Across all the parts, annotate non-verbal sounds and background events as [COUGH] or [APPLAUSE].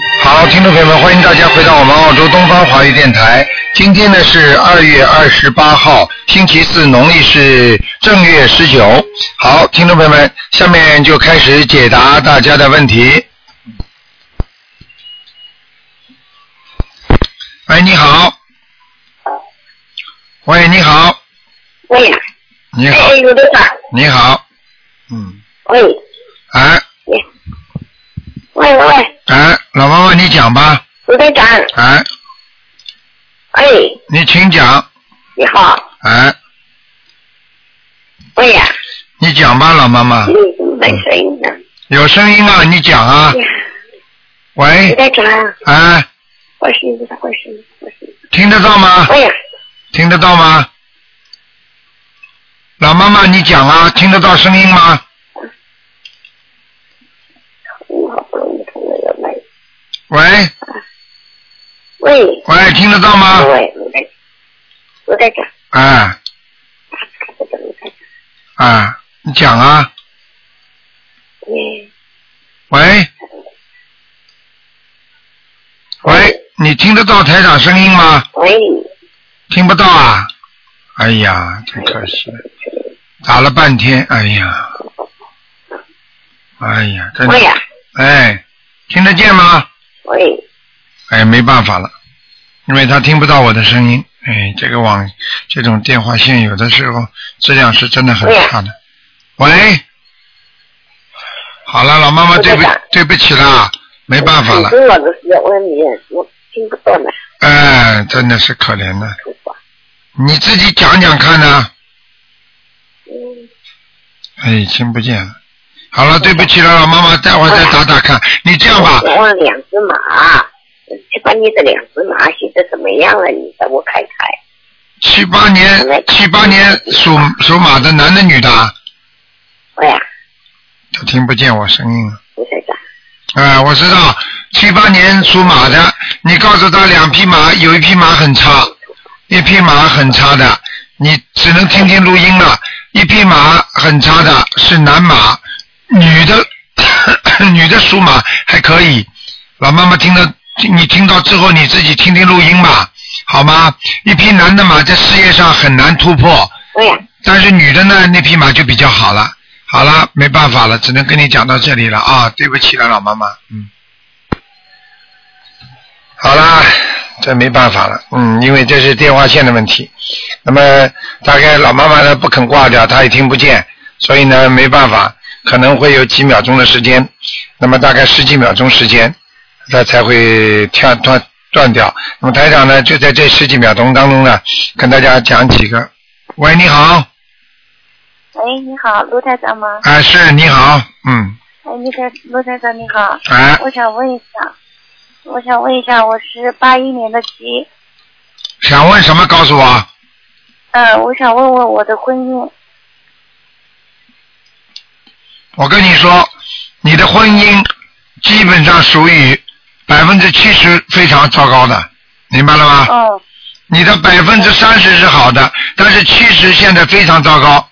众朋友们，欢迎大家回到我们澳洲东方华语电台。今天呢是二月二十八号，星期四，农历是正月十九。好，听众朋友们，下面就开始解答大家的问题。喂，你好。喂，你好，喂，你好，哎，卢队长，你好。嗯，喂，哎喂喂，哎，老妈妈，你讲吧。卢队长，哎，哎，你请讲。你好，哎，喂呀、你讲吧，老妈妈嗯。，没声音了，有声音啊，你讲啊。卢喂，队长，哎，我是你的，我是你的，我是你的，听得到吗？喂呀、听得到吗？老妈妈，你讲啊，听得到声音吗？我好不容易通了又来，喂，喂，喂，听得到吗？喂，卢队，卢队长，哎卢队长，卢队长，哎，你讲啊。嗯，喂，喂，你听得到台长声音吗？喂，听不到啊！哎呀，太可惜了，打了半天，哎呀，哎呀，真喂的，呀、哎，听得见吗？喂，哎，没办法了，因为他听不到我的声音。哎，这个网这种电话线有的时候质量是真的很差的。喂，好了，老妈妈，我对在不打对不起啦，没办法了你，跟我的是问你，我听不到呢，哎，真的是可怜了。说话，你自己讲讲看呢、嗯，哎，听不见了。好了，对不起了，老妈妈，待会儿再打打看。你这样吧，嗯我问两只马，去把你的两只马现在怎么样了？你给我看看。七八年，七八年属属马的男的女的啊，喂呀，他听不见我声音了。卢队长，哎，我知道，七八年属马的，你告诉他两匹马，有一匹马很差，一匹马很差的，你只能听听录音了。一匹马很差的是男马，女的女的属马还可以。老妈妈听到你听到之后，你自己听听录音吧，好吗？一匹男的马在事业上很难突破，喂呀，但是女的呢，那匹马就比较好了。好了，没办法了，只能跟你讲到这里了啊！对不起了，老妈妈，嗯。好啦，这没办法了，嗯，因为这是电话线的问题。那么大概老妈妈呢不肯挂掉，她也听不见，所以呢没办法，可能会有几秒钟的时间，那么大概十几秒钟时间，它才会跳断断掉。那么台长呢就在这十几秒钟当中呢，跟大家讲几个。喂，你好。喂，哎你好，卢台长吗？啊，是你好，嗯，哎，那个卢台长你好，啊，我想问一下，我想问一下，我是八一年的鸡，想问什么？告诉我。嗯，我想问问我的婚姻，我跟你说，你的婚姻基本上属于百分之七十非常糟糕的，明白了吗？嗯，你的百分之三十是好的，但是七十现在非常糟糕，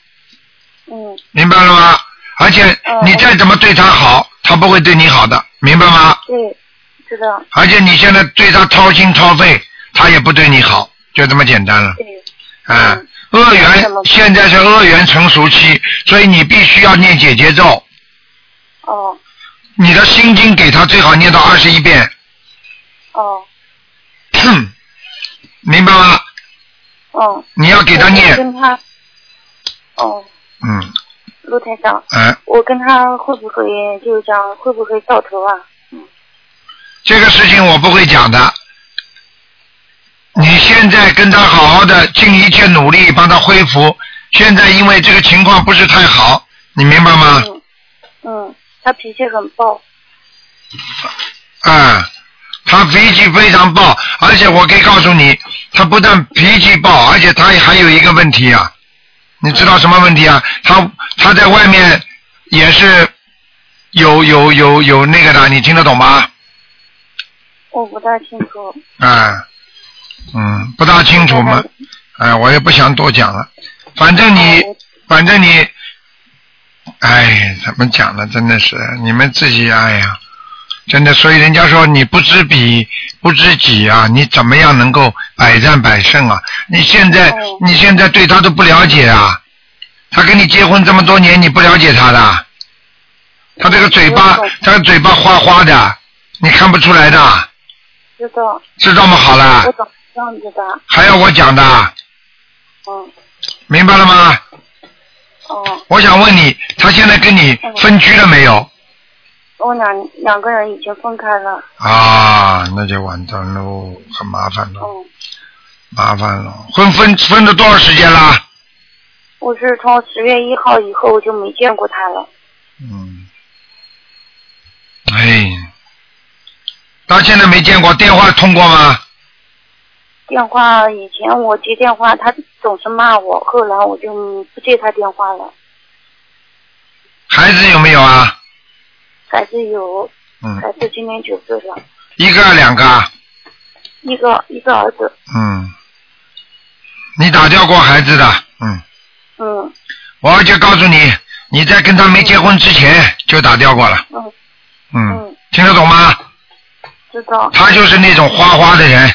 嗯，明白了吗？而且哦你再怎么对他好，他不会对你好的，明白吗？对，知道，而且你现在对他掏心掏肺，他也不对你好，就这么简单了。对，啊嗯，恶什缘么现在是恶缘成熟期，所以你必须要念解结咒，哦，你的心经给他最好念到二十一遍，哦，明白吗？哦，你要给他我念，跟他，哦，嗯，卢台长，啊，我跟他会不会就是讲会不会到头啊？这个事情我不会讲的。你现在跟他好好的，尽一切努力帮他恢复。现在因为这个情况不是太好，你明白吗？嗯，嗯，他脾气很暴，啊，他脾气非常暴，而且我可以告诉你，他不但脾气暴，而且他还有一个问题啊，你知道什么问题啊？他他在外面也是有有有有那个的，你听得懂吗？我不大清楚，啊，嗯，不大清楚嘛，哎，我也不想多讲了，反正你哦我反正你，哎，怎么讲呢？真的是你们自己，哎呀，真的，所以人家说你不知彼不知己啊，你怎么样能够百战百胜啊？你现在哦你现在对他都不了解啊，他跟你结婚这么多年，你不了解他的，他这个嘴巴我懂他的嘴巴花花的，你看不出来的，知道，知道吗？好了我，懂这样子的，还要我讲的，嗯，明白了吗？哦，我想问你，他现在跟你分居了没有？我哦两两个人已经分开了，啊，那就完蛋喽，很麻烦喽，嗯，麻烦了。婚分分了多少时间啦？我是从十月一号以后我就没见过他了，嗯，哎，到现在没见过，电话通过吗？电话以前我接电话他总是骂我，后来我就不接他电话了，孩子有没有啊？还是有，嗯，孩子今年九岁了，一个啊两个啊？一个一个儿子，嗯，你打掉过孩子的？嗯，嗯我而且告诉你，你在跟他没结婚之前就打掉过了。嗯嗯嗯，听得懂吗？知道，他就是那种花花的人，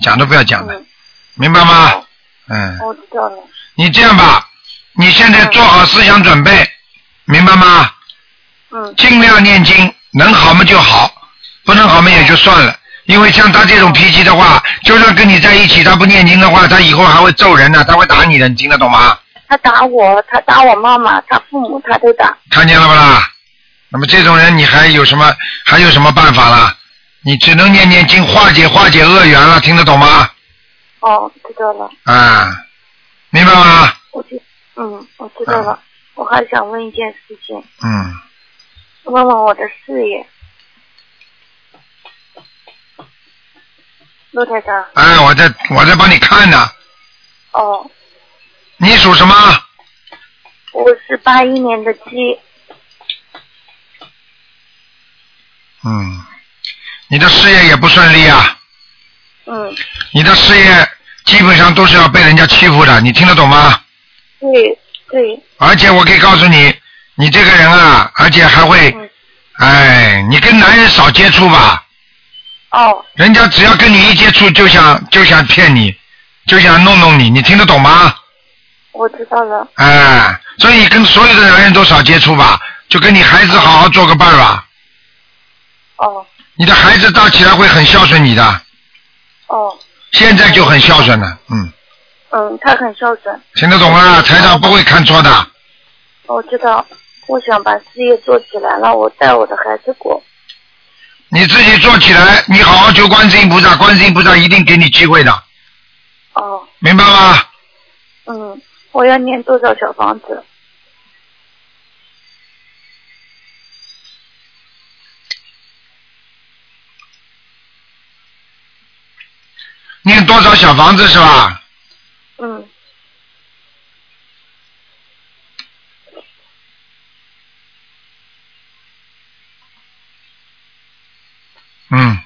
讲都不要讲的，嗯，明白吗？嗯，我知道了，你这样吧，你现在做好思想准备，明白吗？嗯尽量念经，能好嘛就好，不能好嘛也就算了。因为像他这种脾气的话，就算跟你在一起，他不念经的话，他以后还会揍人呢、他会打你的，你听得懂吗？他打我，他打我妈妈，他父母他都打。看见了不啦？那么这种人，你还有什么还有什么办法啦？你只能念念经，化解化解恶缘了，听得懂吗？哦，知道了，啊，明白吗？我知，嗯，我知道了。我还想问一件事情，嗯，问问我的事业。陆台长，哎，我在我在帮你看呢。哦，你属什么？我是八一年的鸡，嗯，你的事业也不顺利啊。嗯，你的事业基本上都是要被人家欺负的，你听得懂吗？对对，而且我可以告诉你，你这个人啊，而且还会，嗯，哎，你跟男人少接触吧，哦，人家只要跟你一接触就想就想骗你，就想弄弄你，你听得懂吗？我知道了，哎，所以跟所有的男人都少接触吧，就跟你孩子好好做个伴儿吧，哦你的孩子大起来会很孝顺你的，哦，现在就很孝顺了，嗯，嗯，他很孝顺，听得懂吗？台长不会看错的，我知道。我想把事业做起来了，我带我的孩子过。你自己做起来，你好好求观世音菩萨，观世音菩萨一定给你机会的，哦，明白吗？嗯，我要念多少小房子？念多少小房子是吧？嗯，嗯，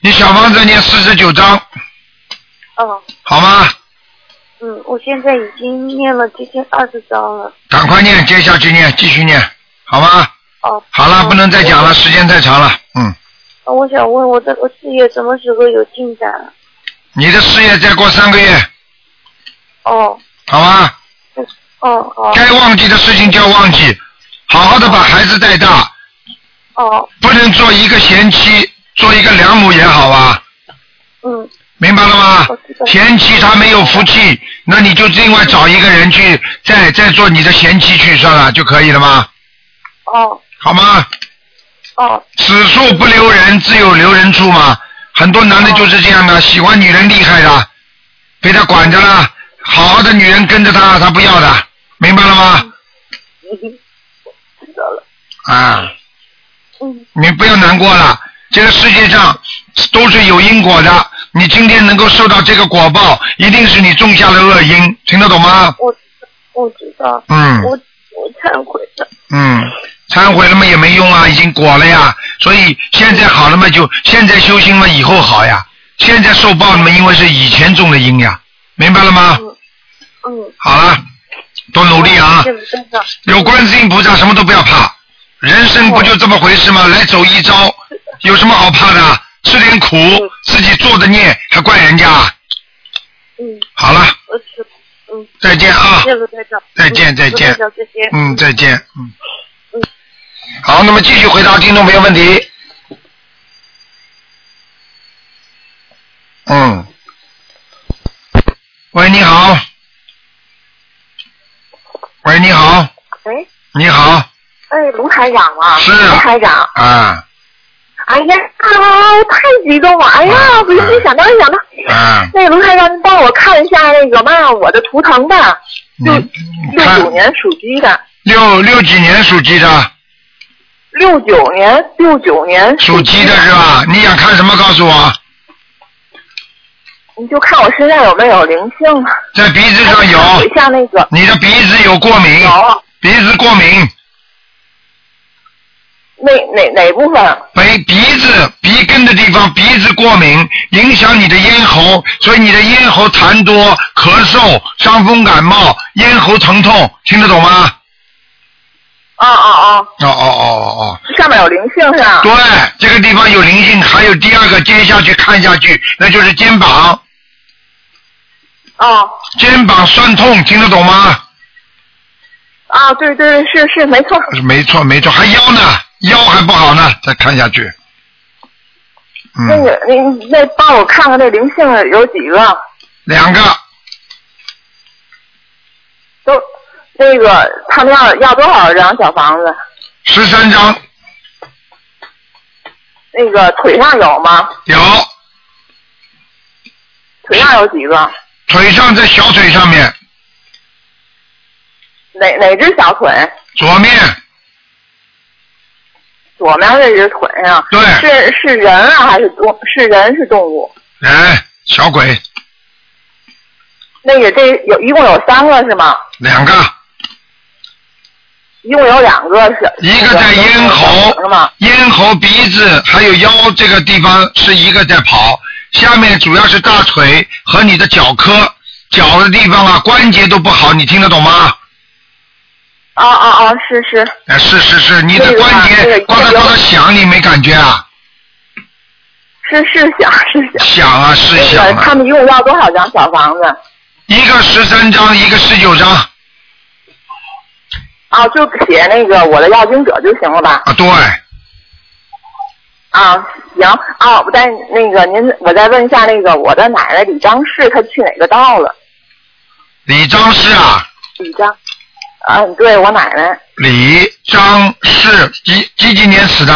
你小房子念四十九章，哦，好吗？嗯，我现在已经念了接近二十章了。赶快念，接下去念，继续念，好吗？哦，好了，嗯不能再讲了，时间太长了。嗯，我我想问我这个事业什么时候有进展？啊你的事业再过三个月，哦，好吗？哦，哦，该忘记的事情就要忘记，好好的把孩子带大，哦，不能做一个贤妻，做一个良母也好啊。嗯，明白了吗我知道？前妻他没有福气，那你就另外找一个人去再再做你的贤妻去算了就可以了吗？哦，好吗？哦，此处不留人，自有留人处嘛。很多男的就是这样的，喜欢女人厉害的，被他管着了，好好的女人跟着他，他不要的，明白了吗？知道了。啊，嗯，你不要难过了，这个世界上都是有因果的，你今天能够受到这个果报，一定是你种下了恶因，听得懂吗？我我知道，嗯。我我忏悔的。嗯，忏悔了嘛也没用啊，已经果了呀。所以现在好了嘛就现在修心嘛以后好呀。现在受报了嘛，因为是以前种的因呀，明白了吗？嗯嗯，哦好了，多努力啊！对不对？有观世音菩萨，什么都不要怕人生不就这么回事吗？来走一遭，有什么好怕的？啊吃点苦，自己做的孽还怪人家。啊嗯，好了，我知，嗯，再见啊谢，谢卢台长，再见再嗯见卢台长谢谢，嗯，再见，嗯嗯。好，那么继续回答听众朋友问题。嗯。喂，你好。喂，你好，喂，你好，哎，卢台长吗？是卢台长。啊哎呀，啊太激动了！哎呀，不是没想到，没想到。啊，那卢台长，你帮我看一下那个嘛，我的图腾吧，你就你六看九年属鸡的，六六几年属鸡的，六九年，六九年属鸡的是吧？吧？你想看什么？告诉我，你就看我身上有没有灵性啊？在鼻子上看有，一下那个你的鼻子有过敏，啊有鼻子过敏，哪哪哪部分？啊鼻鼻子鼻根的地方鼻子过敏，影响你的咽喉，所以你的咽喉痰多、咳嗽、伤风感冒、咽喉疼痛，听得懂吗？啊啊啊！哦哦哦哦上面有灵性是吧哦，？对，这个地方有灵性，还有第二个接下去看下去，那就是肩膀，哦肩膀酸痛，听得懂吗？啊，对对是是没错。没错没错，还腰呢，腰还不好呢，再看下去。那嗯，个你那帮我看看那灵性有几个？两个，都那个他们要要多少张小房子？十三张那个腿上有吗？有，腿上有几个？腿上在小腿上面，哪哪只小腿？左面，左面这只腿啊？对是是人啊还是动？是人是动物？人哎小鬼，那个这有一共有三个是吗？两个，一共有两个是。一个在咽喉是吗？咽喉、鼻子还有腰这个地方是一个在跑，下面主要是大腿和你的脚科，脚的地方啊关节都不好，你听得懂吗？啊啊啊！是是。哎，是是是，你这的个关啊这节个呱嗒呱嗒响，你没感觉啊？是是想是想。响啊，是响那个啊。他们一共要多少张小房子？一个十三张，一个十九张啊，就写那个我的要经者就行了吧？啊，对，啊，行啊，我再那个您，我再问一下那个我的奶奶李张氏，她去哪个道了？李张氏啊，李张，啊，对我奶奶，李张氏几几几年死的？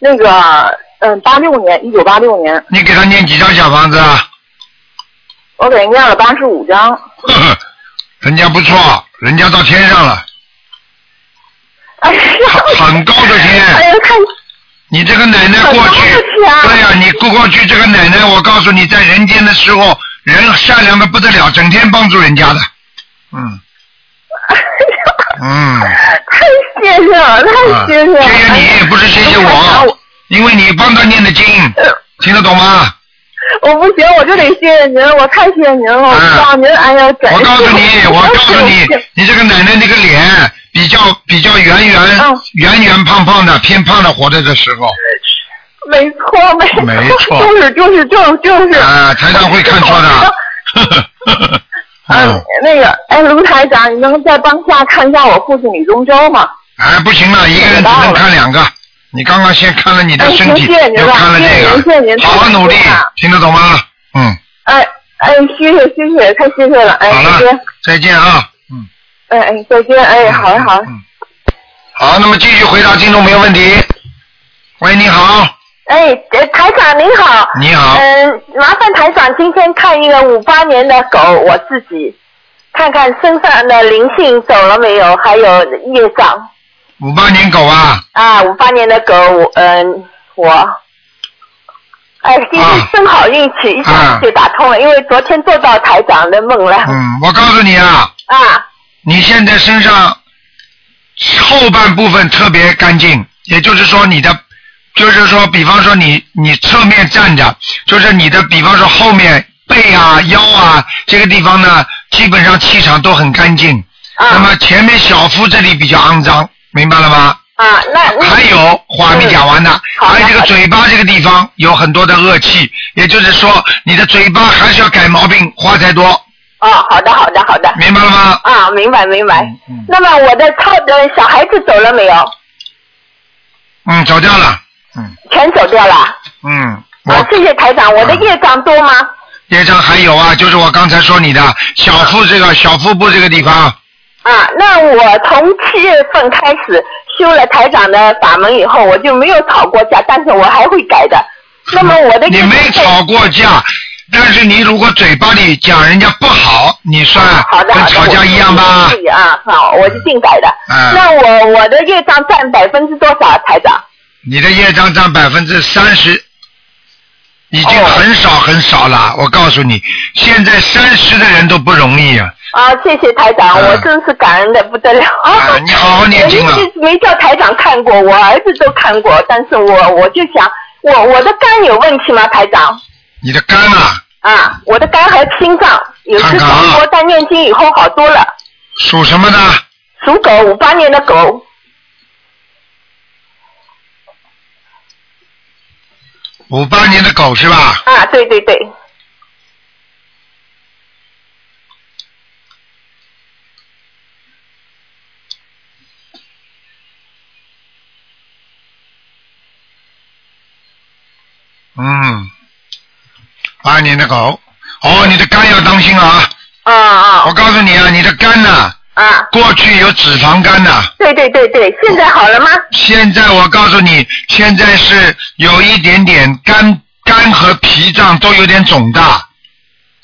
那个嗯，八六年，一九八六年，你给他念几张小房子啊？ [LAUGHS] 我给人念了八十五章，呵呵，人家不错，人家到天上了，哎呀，很高的哎天。呀，太你这个奶奶过去，对呀、你过过去这个奶奶，我告诉你，在人间的时候，人善良的不得了，整天帮助人家的，嗯哎呀，嗯，太谢谢了，啊太谢谢了，哎谢谢你，不是谢谢我，啊因为你帮他念的经，听得懂吗？我不行，我就得谢谢您，我太谢谢您了，我嗯知道您，哎呀，感谢我告诉 [LAUGHS] 你，我告诉你，你这个奶奶那个脸比较比较圆圆、嗯圆圆胖胖的，偏胖的活着的时候，没错，没错，没错就是就是就是就是，啊、台上会看错的。嗯 [LAUGHS] 嗯，，那个，哎，卢台长，你能再帮下看一下我父亲李宗周吗？哎，不行嗯了，一个人只能看两个。你刚刚先看了你的身体，哎行谢谢您又了看了谢谢这您谢谢您个，好好努力太辛苦了，听得懂吗？嗯，哎哎，谢谢谢谢，太谢谢了，哎，好再了见，，再见啊。嗯，哎哎，再见，哎，好嘞好嘞，嗯，好，那么继续回答听众朋友问题。喂，你好，哎，呃台长您好。你好，嗯，麻烦台长今天看一个五八年的狗，我自己看看身上的灵性走了没有，还有业障五八年狗啊，啊。五八年的狗，我嗯，我哎，今啊天正好运气，一下子就打通了，因为昨天做到台长的梦了、嗯，我告诉你啊，啊。你现在身上后半部分特别干净，也就是说你的，就是说，比方说你你侧面站着，就是你的，比方说后面背啊、腰啊这个地方呢，基本上气场都很干净。啊那么前面小腹这里比较肮脏，明白了吗？啊，那那还有话还没讲完呢，嗯好还有的这个嘴巴这个地方有很多的恶气，也就是说你的嘴巴还是要改毛病，话才多，哦，好的好的好的明白了吗？啊，明白明白嗯嗯。那么我的超的小孩子走了没有？嗯，走掉了，嗯全走掉了。嗯，啊我，谢谢台长，我的嗯业障多吗？业障还有啊，就是我刚才说你的小腹这个小腹部这个地方，啊，那我从七月份开始修了台长的法门以后，我就没有吵过架，但是我还会改的。那么我的你业障没吵过架，但是你如果嘴巴里讲人家不好，你算好的跟好的，吵架一样我吧尽？力啊，好，我一定改的。嗯那我我的业障占百分之多少啊，台长？你的业障占百分之三十，已经哦很少很少了。我告诉你，现在三十的人都不容易啊！啊，谢谢台长，嗯我真是感恩的不得了。 [LAUGHS] 啊，你好好念哦我经啊！一直没叫台长看过，我儿子都看过，但是我我就想，我我的肝有问题吗，台长？你的肝啊，啊，我的肝和心脏有看看次重啊过，但念经以后好多了。属什么的？属狗，五八年的狗。五八年的狗是吧？啊，对对对，嗯，八年的狗。哦，你的肝要当心啊！啊啊我告诉你啊，你的肝呐、啊，过去有脂肪肝呐、对对对对，现在好了吗？现在我告诉你，现在是有一点点肝肝和脾脏都有点肿大。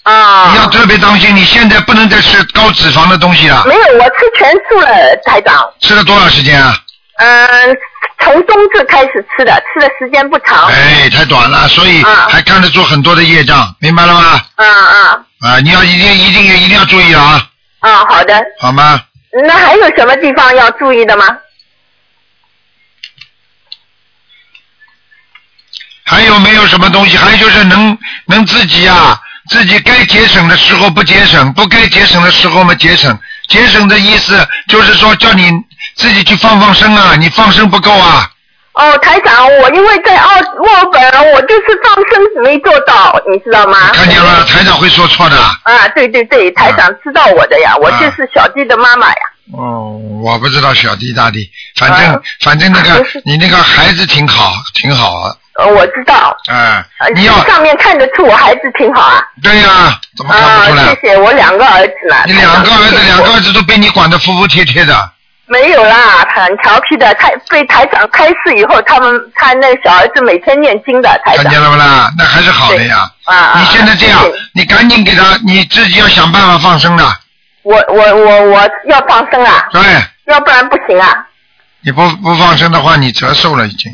啊你，要特别当心，你现在不能再吃高脂肪的东西了。没有，我吃全素了，台长。吃了多少时间啊？嗯，从冬至开始吃的，吃的时间不长。哎，太短了，所以啊还看得出很多的业障，明白了吗？啊啊啊，你要一定一定一定要注意了啊，啊，好的。好吗？那还有什么地方要注意的吗？还有没有什么东西？还有就是能能自己啊，自己该节省的时候不节省，不该节省的时候嘛节省。节省的意思就是说叫你自己去放放生啊，你放生不够啊。哦，台长，我因为在澳墨尔本，我就是放生没做到，你知道吗？看见了，嗯台长会说错的。啊，对对对，台长知道我的呀，我就是小弟的妈妈呀。哦，我不知道小弟大弟，反正、啊反正那个不是你那个孩子挺好，挺好啊，呃，我知道，哎、呃你要上面看得出我孩子挺好啊。对呀、怎么看啊不出来？，谢谢，我两个儿子呢。你两个儿子，两个儿子都被你管得服服帖帖的，没有啦，很调皮的。台被台长开示以后，他们他那小儿子每天念经的，台看长见了不啦？那还是好的呀。啊哎啊！你现在这样谢谢，你赶紧给他，你自己要想办法放生的，我我我我要放生啊，对，要不然不行啊，你不不放生的话，你折寿了已经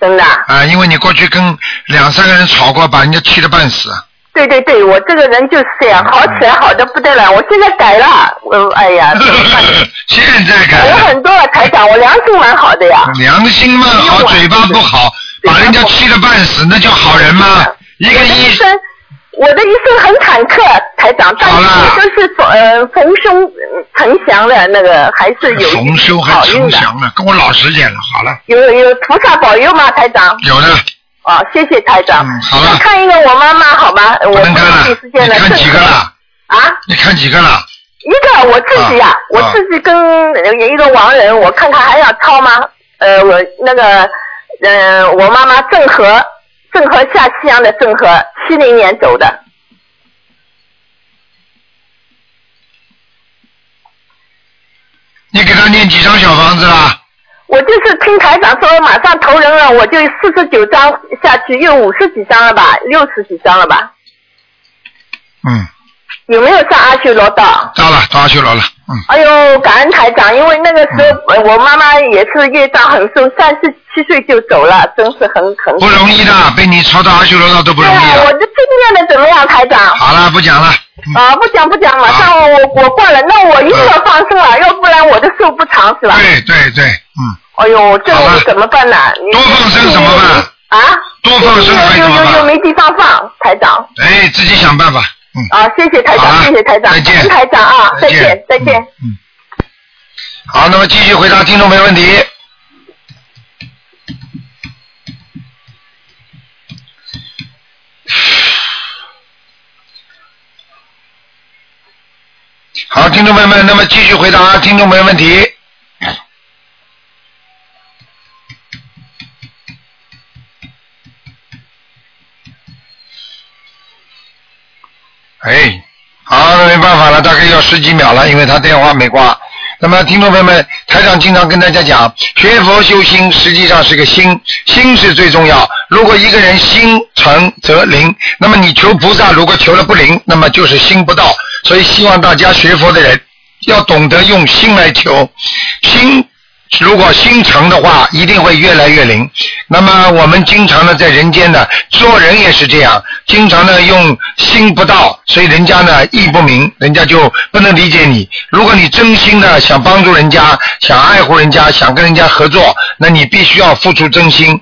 真的啊。啊、因为你过去跟两三个人吵过，把人家气得半死。啊对对对，我这个人就是这嗯样，好起来好的不得了。我现在改了，我 [LAUGHS] 哎呀，怎么办现在改哎我了。很多了，台长，我良心蛮好的呀。良心蛮啊好，嘴巴不好，把人家气得半死，那叫好人吗？一我个的医医生，我的医生很忐忑，台长，但好啦是都是逢呃逢凶呃成祥的那个，还是有一重修还好运重的。祥呢，跟我老实点了，好了，有有菩萨保佑吗，台长？有的哦，谢谢台长。嗯好了看一个我妈妈好吗？我不能看自了己时，你间了，看几个了？啊？你看几个了？一个我自己呀、啊我啊自己跟呃一个亡人，我看看还要抄吗？呃，我那个，呃，我妈妈郑和，郑和下西洋的郑和，七零年走的，你给他念几张小房子了？我就是听台长说马上投人了，我就四十九张下去，又五十几张了吧，六十几张了吧？嗯，有没有上阿修罗道？到了，到阿修罗了。嗯，哎呦，感恩台长，因为那个时候、呃我妈妈也是业障很重，三十七岁就走了，真是很很。不容易的，被你抄到阿修罗道都不对容啊易，我的。这今天的怎么样，台长？好了，不讲了。嗯，啊啊，不讲不讲，马上我我我挂了，那我一定要放生了，要不然我的寿不长是吧？对对对，嗯，哎呦，这好了我怎么办呢？你多放生怎么办？啊？多放生还又怎么又又又办？没地方放，台长哎，自己想办法。嗯。啊，谢谢台好长，了谢谢台长，再见嗯感恩台长啊，再见见，再见。嗯。嗯好，那么继续回答听众没问题。好，听众朋友们，那么继续回答听众朋友问题。哎，好，那没办法了，大概要十几秒了，因为他电话没挂。那么，听众朋友们，台长经常跟大家讲，学佛修心实际上是个心，心是最重要。如果一个人心诚则灵，那么你求菩萨如果求了不灵，那么就是心不到。所以，希望大家学佛的人要懂得用心来求，心如果心诚的话，一定会越来越灵。那么我们经常呢，在人间呢，做人也是这样，经常呢用心不到，所以人家呢意不明，人家就不能理解你。如果你真心的想帮助人家，想爱护人家，想跟人家合作，那你必须要付出真心。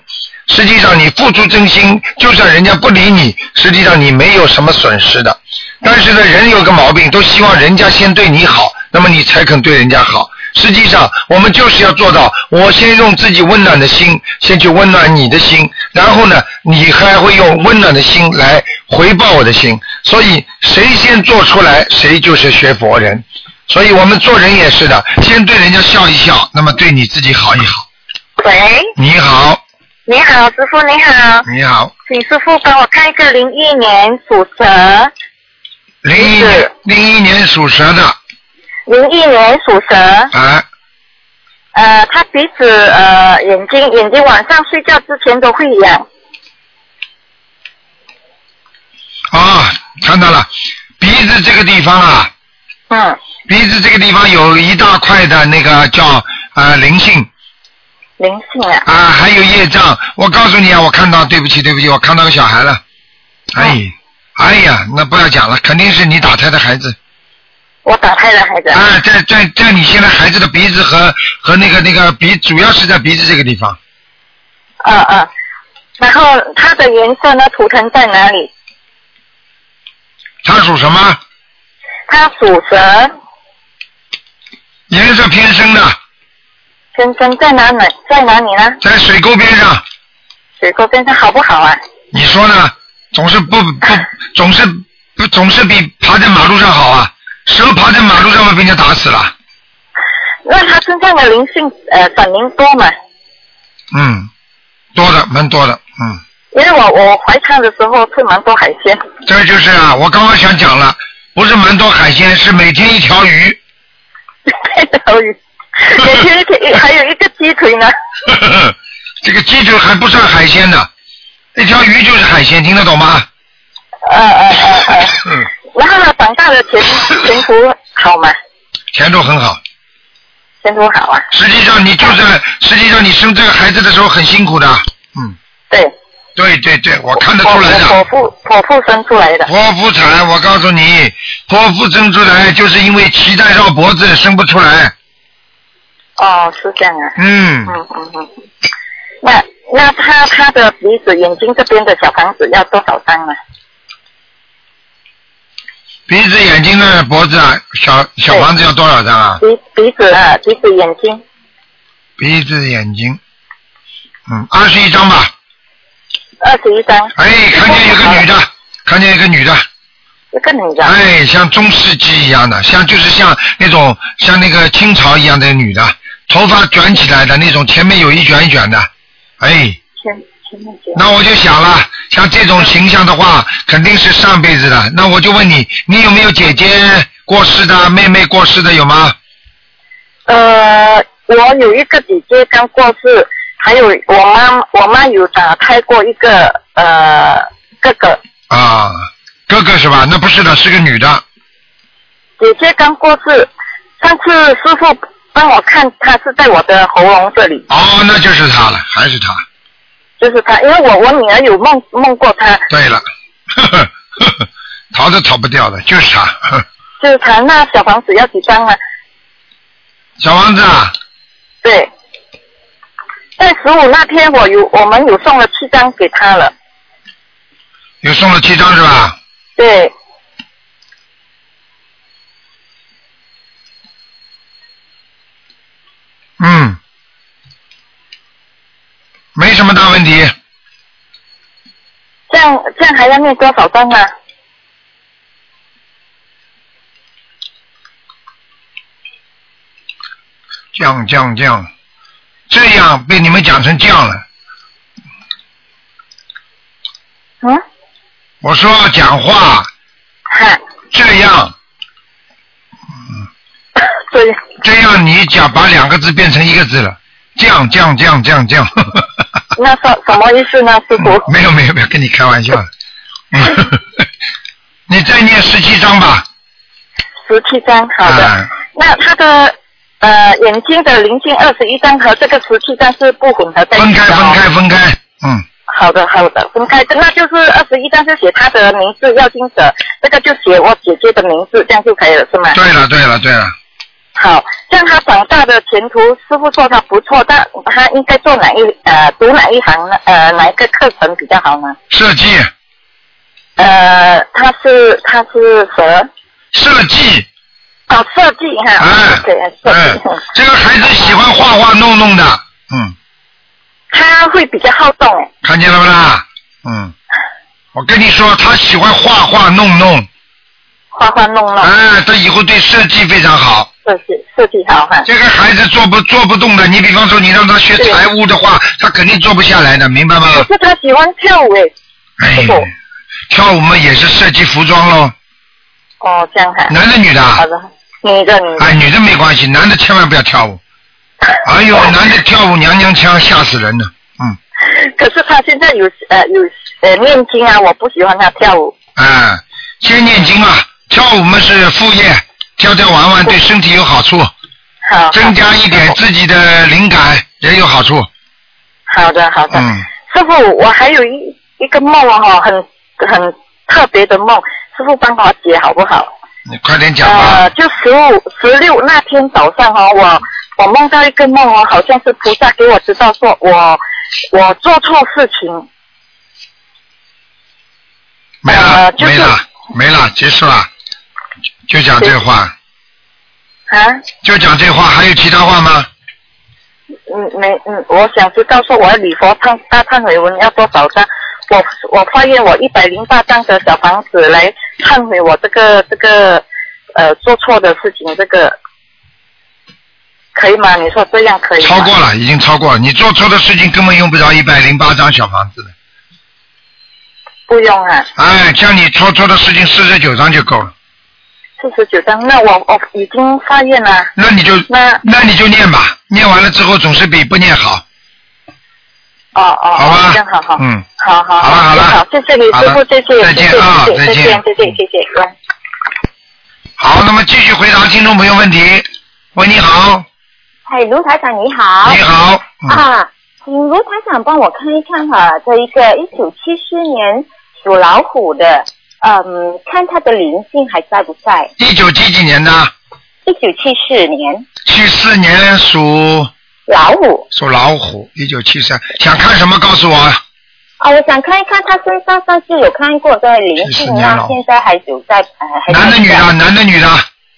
实际上，你付出真心，就算人家不理你，实际上你没有什么损失的。但是呢，人有个毛病，都希望人家先对你好，那么你才肯对人家好。实际上，我们就是要做到，我先用自己温暖的心，先去温暖你的心，然后呢，你还会用温暖的心来回报我的心。所以，谁先做出来，谁就是学佛人。所以我们做人也是的，先对人家笑一笑，那么对你自己好一好。喂，你好，你好，师傅你好，你好，请师傅帮我看一个零一年属蛇，零一是零一年属蛇的，零一年属蛇，哎，呃，他鼻子呃眼睛眼睛晚上睡觉之前都会痒，啊，看到了，鼻子这个地方啊，嗯，鼻子这个地方有一大块的那个叫呃灵性灵性啊，啊、还有业障。我告诉你啊，我看到，对不起，对不起，我看到个小孩了。哎，哎呀，那不要讲了，肯定是你打胎的孩子。我打开了孩子，啊，在在在你现在孩子的鼻子和和那个那个鼻，主要是在鼻子这个地方。嗯嗯，然后它的颜色呢图腾在哪里？它属什么？它属蛇，颜色偏深的，真真在哪里在哪里呢？在水沟边上。水沟边上好不好啊？你说呢？总是不不，总是不总是比爬在马路上好啊！蛇爬在马路上会被人家打死了。那它身上的灵性呃反灵多嘛？嗯，多的蛮多的，嗯，因为我我怀胎的时候吃蛮多海鲜， [LAUGHS] 这就是啊，我刚刚想讲了，不是蛮多海鲜，是每天一条鱼。 [LAUGHS] 条鱼，每天一天还有一个鸡腿呢。呵呵呵这个鸡腿还不算海鲜呢，一条鱼就是海鲜，听得懂吗？呃呃呃呃，嗯，然后呢，长大的前前途好嘛？前途很好。前途好啊，实际上你就是，实际上你生这个孩子的时候很辛苦的。嗯，对，对对对，我看得我出来的。我剖腹剖腹生出来的，剖腹产， [LAUGHS] 我告诉你，剖腹生出来就是因为脐带绕脖子生不出来。哦，是这样啊，嗯，嗯嗯嗯。那那他他的鼻子眼睛这边的小房子要多少张啊呢？鼻子、眼睛呢，脖子啊，小小房子要多少张啊？鼻鼻子啊，鼻子眼睛鼻子、眼睛，嗯，二十一张吧。二十一张，哎，看见一个女的，看见一个女的，一个女的，哎，像中世纪一样的，像就是像那种像那个清朝一样的女的，头发卷起来的那种，前面有一卷一卷的，哎，前前面几那我就想了，像这种形象的话，肯定是上辈子的。那我就问你，你有没有姐姐过世的、妹妹过世的有吗？呃，我有一个姐姐刚过世，还有我妈，我妈有打胎过一个呃哥哥，啊，哥哥是吧？那不是的，是个女的。姐姐刚过世。上次师傅帮我看，她是在我的喉咙这里，哦，那就是她了，还是她。就是她，因为我我女儿有梦梦过她，对了， [LAUGHS] 呵呵呵呵，逃都逃不掉的，就是她。 [LAUGHS] 呵就是她那小房子要几张啊？小王子啊，对，在十五那天我有我们有送了七张给她了，有送了七张是吧？对，嗯么大问题？这样这样还要念多少章啊？降降降，这样被你们讲成降了。嗯，我说讲话哈， [LAUGHS] 这样，对，这样你讲把两个字变成一个字了，降降降降降。那什什么意思呢，师傅？ [LAUGHS] 没有没有没有，跟你开玩笑的。嗯， [LAUGHS] 你再念十七章吧。十七章，好的。啊那他的呃眼睛的零星二十一章和这个十七章是不混合在分一起开的、哦。分开分开，嗯，好的，好的，分开的，那就是二十一张就写他的名字，要经者，这个就写我姐姐的名字，这样就可以了，是吗？对了对了对了，好，像他长大的前途，师傅说他不错，但他应该做哪一呃读哪一行呢？呃，哪一个课程比较好呢？设计呃，他是他是蛇，设计，哦，设计哈，哎对，设哎计，，这个孩子喜欢画画弄弄的，嗯，他会比较好动哎，看见了不啦？嗯，我跟你说，他喜欢画画弄弄，花花弄弄，哎，他以后对设计非常好。设计设计好哈。这个孩子做不做不动的，你比方说你让他学财务的话，他肯定做不下来的，明白吗？可是他喜欢跳舞哎，哎师傅，跳舞嘛也是设计服装喽，哦，这样哈，男的女的啊好？的，女的女的。哎，女的没关系，男的千万不要跳舞。哎呦，男的跳舞娘娘腔，吓死人了。嗯， [LAUGHS] 可是他现在有呃有呃念经啊，我不喜欢他跳舞。哎，先念经啊，跳舞嘛是副业，跳跳玩玩对身体有好处，好，增加一点自己的灵感也有好处。好的好的，嗯，师傅，我还有一一个梦哦，很很特别的梦，师傅帮我解好不好？你快点讲吧呃。，就十五十六那天早上哦，我我梦到一个梦哦，好像是菩萨给我知道说我我做错事情，没了，呃就是没了，没了，结束了，就讲这话，啊，就讲这话，还有其他话吗？嗯没嗯，我想知道说我要礼佛忏大忏悔文要多少张？我我发愿我一百零八张的小房子来忏悔我这个这个呃做错的事情，这个可以吗？你说这样可以吗？超过了，已经超过了。你做错的事情根本用不着一百零八张小房子的。不用啊，哎，像你做错的事情四十九张就够了，四十九张。那我我已经发愿了，那你就那那你就念吧，念完了之后总是比不念好，哦哦，好吧这样好好，嗯，好好好了好了好，谢谢你好师了傅，谢谢，再见谢谢啊谢谢再再见见，再见，谢谢，拜。好，那么继续回答听众朋友问题。喂，你好，哎，卢台长你好。你好，嗯，啊，请卢台长帮我看一看哈、这一个一九七四年属老虎的，嗯，看他的灵性还在不在？一九几几年的？一九七四年七四年属老虎属老虎，一九七三，想看什么告诉我。啊，我想看一看他身上上次有看过的灵74性年老啊，虎现在还有在呃还在男的女的？男的女的？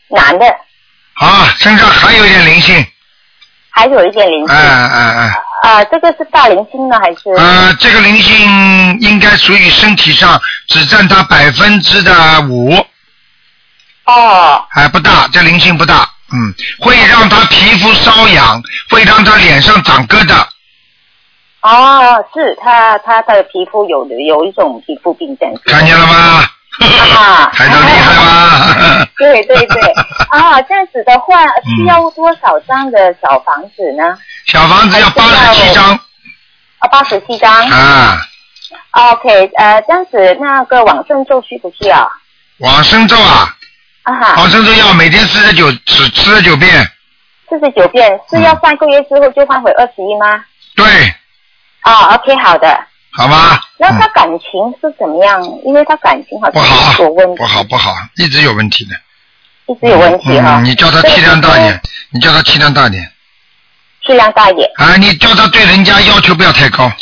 男的，啊，身上还有一点灵性，还有一点灵性哎哎哎，啊，这个是大灵性呢还是？呃，这个灵性应该属于身体上，只占它百分之的五，啊哦还不大，这灵性不大，嗯，会让他皮肤瘙痒，会让他脸上长疙瘩，哦，是他他的皮肤有有一种皮肤病症。看见了 [LAUGHS] 吗？啊台长厉害 [LAUGHS] 吧？对对对， [LAUGHS] 啊，这样子的话需要多少张的小房子呢？嗯小房子要八十七张啊，八十七张。啊， OK，呃，这样子那个往生咒需不需要？往生咒啊，啊哈，往生咒要每天四十九四四十九遍，四十九遍是嗯要三个月之后就换回二十一吗？对，啊，OK，好的。好吗？那嗯他感情是怎么样？因为他感情好不像好啊有问，题不，好，不好，一直有问题的。一直有问题啊哈、嗯，你叫他气量大一点，你叫他气量大一点。气量大一点。啊，你叫他对人家要求不要太高，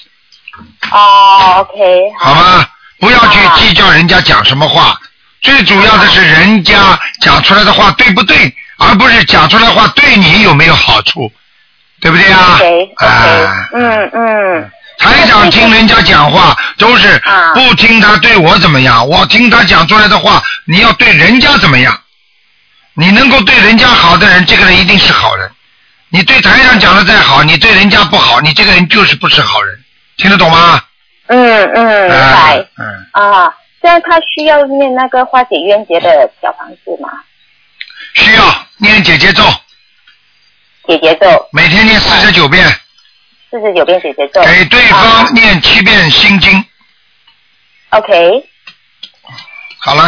哦，OK，好吗？不要去啊计较人家讲什么话，最主要的是人家讲出来的话对不对，而不是讲出来的话对你有没有好处，对不对啊？ OK，OK，啊，嗯嗯，台长听人家 [LAUGHS] 讲话都是啊不听他对我怎么样，我听他讲出来的话，你要对人家怎么样？你能够对人家好的人，这个人一定是好人。你对台上讲的再好，你对人家不好，你这个人就是不是好人，听得懂吗？嗯嗯，明嗯、白嗯，啊。这样他需要念那个化解冤结的小房子吗？需要念姐姐咒，解结咒每天念四十九遍，四十九遍解结咒。给对啊方念七遍心经。 OK，好了，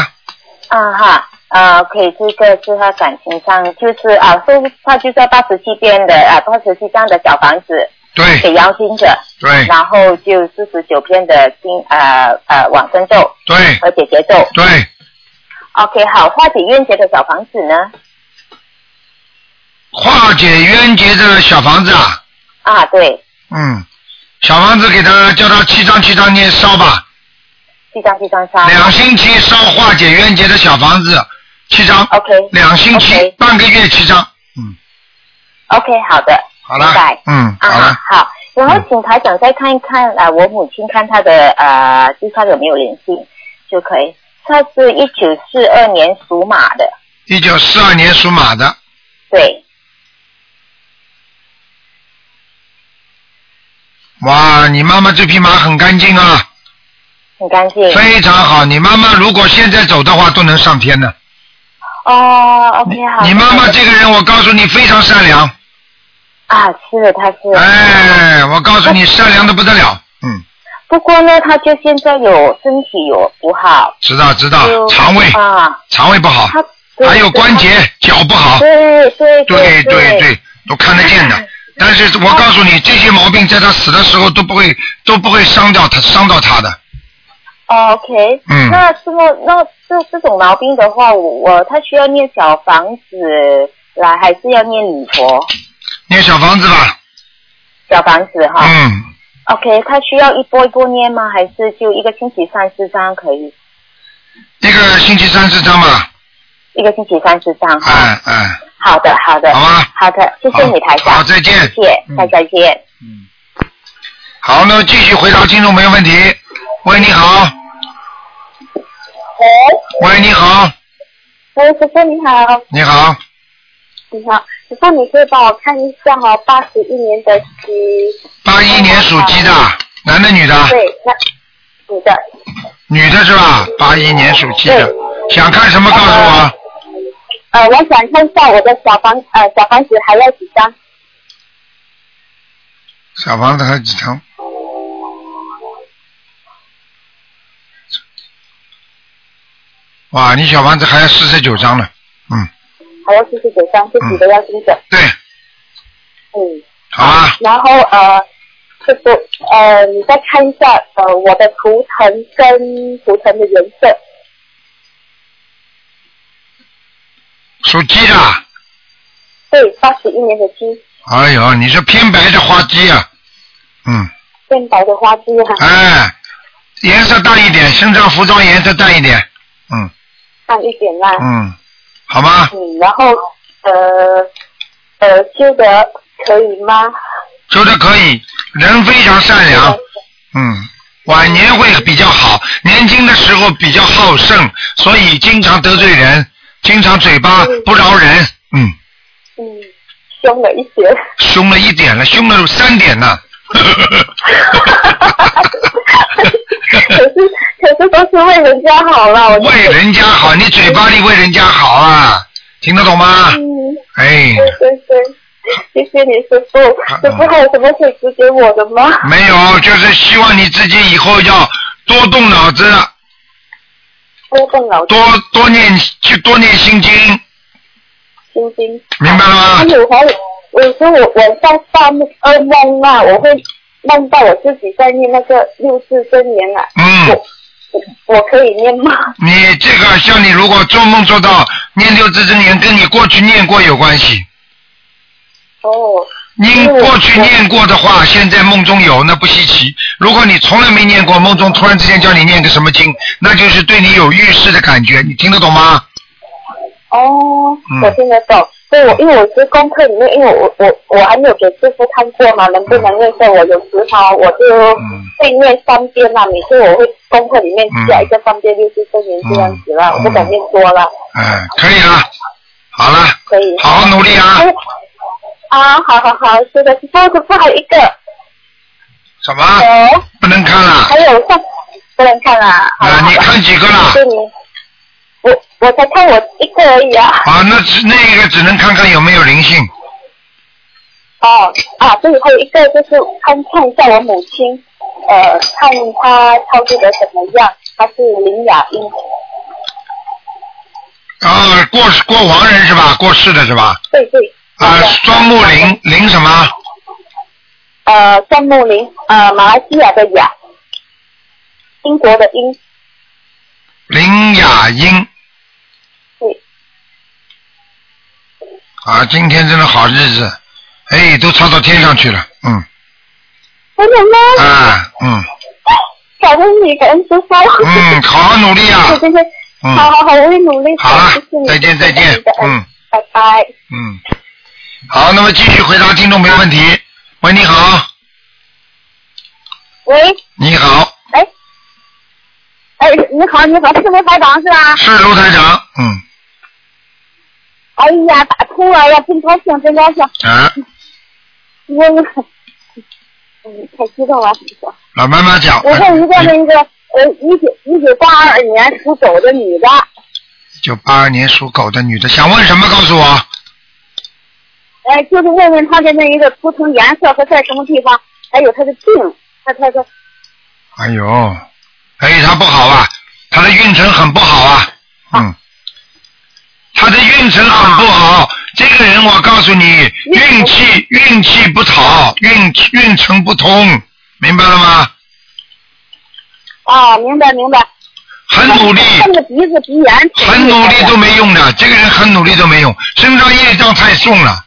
啊哈，啊 OK，这个是他感情上就是啊，说他就是要八十七遍的啊，八十七张的小房子对给邀请者，对然后就四十九篇的经呃呃往生咒对和解结咒。对， OK，好，化解冤结的小房子呢？化解冤结的小房子啊，啊，对，嗯，小房子给他叫他七张七张念烧吧，七张七张烧。两星期烧化解冤结的小房子七张， OK 两星期 OK 半个月七张，嗯， OK，好的。好了明白，嗯，好了啊，，好。然后请台长再看一看啊、呃我母亲看她的呃，就是她有没有灵性就可以。她是一九四二年属马的，一九四二年属马的，对，哇，你妈妈这匹马很干净啊，很干净。非常好，你妈妈如果现在走的话都能上天的，哦，OK，好。你妈妈这个人我告诉你非常善良，啊，是她是。哎，我告诉你善良的不得了，嗯，不过呢，她就现在有身体有不好，知道知道就，肠胃啊，肠胃不好，她对还有关节。脚不好，对对对对对，对，都看得 [LAUGHS] 见的。但是我告诉你，这些毛病在他死的时候都不会都不会伤到他伤到他的。哦，OK，嗯那这么那这这种毛病的话，我我他需要念小房子来，还是要念礼佛念小房子吧，小房子哈、嗯， o k 他需要一波一波念吗？还是就一个星期三四张可以？一个星期三四张吧，一个星期三四张哈、哎哎，好的，好的，好吗好的，谢谢你台好，长，再见。谢谢，大家再见。好，那么继续回答听众朋友问题。喂，你好。喂。喂，你好，喂，师傅你好，你好，你好，师傅你可以帮我看一下哦，八十一年的鸡，八一年属鸡的，男的女的？对，那你的，女的是吧？八一年属鸡的，想看什么告诉我。呃，我想看一下我的小房，呃，小房子还要几张？小房子还有几张？哇，你小房子还有四十九张呢。嗯，还要四十九张，自己的要盯着，对，嗯，好吧，然后呃，就是呃，你再看一下呃我的图腾跟图腾的颜色，属鸡的。对，八十一年的鸡，哎呦，你是偏白的花鸡啊。嗯，变白的花枝哈，哎，颜色淡一点，身上服装颜色淡一点。嗯看一点啦，嗯，好吗？嗯，然后呃呃修的可以吗？说的可以，人非常善良。嗯，晚年会比较好，年轻的时候比较好胜，所以经常得罪人，经常嘴巴不饶人，嗯，嗯，凶了一些。凶了一点了，凶了三点呢。 [LAUGHS] 可是可是都是为人家好啦，我觉为得人家好，你嘴巴里为人家好啊，听得懂吗？嗯，哎，啊嗯对对对，谢谢你师傅，师傅还有什么可以指给我的吗？没有，就是希望你自己以后要多动脑子，多动脑筋，多多念去多念心经，心经。明白了还吗？有还有，我说我晚上发梦噩梦啊，我会梦到我自己在念那个六字真言啊，嗯。我我可以念吗？你这个像你如果做梦做到念六字真言，跟你过去念过有关系。哦，你过去念过的话，现在梦中有，那不稀奇。如果你从来没念过，梦中突然之间叫你念个什么经，那就是对你有预示的感觉。你听得懂吗？哦嗯，我听得懂。对，我因为我是功课里面，因为我我我还没有给师傅看过嘛，能不能念所以我有时哈，我就嗯会念三遍啦，每次我会功课里面加一个三遍六字真言这样子啦，我不敢念多了，哎，可以了，好了，可以。好好努力啊！哎啊，好好好，是的，师傅师傅还有一个，什么？不能看了？还有上不能看啦，啊，你看几个了？对你，我我才看我一个而已啊，啊，那只那一个只能看看有没有灵性。哦啊，对，还有一个就是看看一下我母亲，呃，看她操作的怎么样，她是林雅英，啊，过过亡人是吧？过世的是吧？对对，啊，双木林林什么？呃，张木林，呃，马来西亚的雅，英国的英，林雅英对。啊，今天真的好日子，哎，都超到天上去了，嗯，真的吗？啊，嗯，感恩你，感恩师傅。嗯，好好努力啊，谢谢，嗯，好好好，我会努力的。好了谢谢你再见再见谢谢你的恩嗯，拜拜。嗯，好，那么继续回答听众朋友问题。喂，你好，喂，你好，哎，你好，你好，是卢台长是吧？是卢台长，嗯，哎呀，打通了呀，真高兴，真高兴，啊，我我，嗯，太激动了，师傅。老妈妈讲，我问一个你那个呃一九一九八二年属狗的女的，九八二年属狗的女的，想问什么？告诉我。呃，就是问问她的那一个图腾颜色和在什么地方，还有她的病，她她她哎呦，哎，她不好啊，她的运程很不好啊，嗯，她的运程很不好。这个人，我告诉你，运气运气不好，运运程不通，明白了吗？啊，明白明白，很努力，她的鼻子鼻炎，很努力都没用的，这个人很努力都没用，身上业障太重了，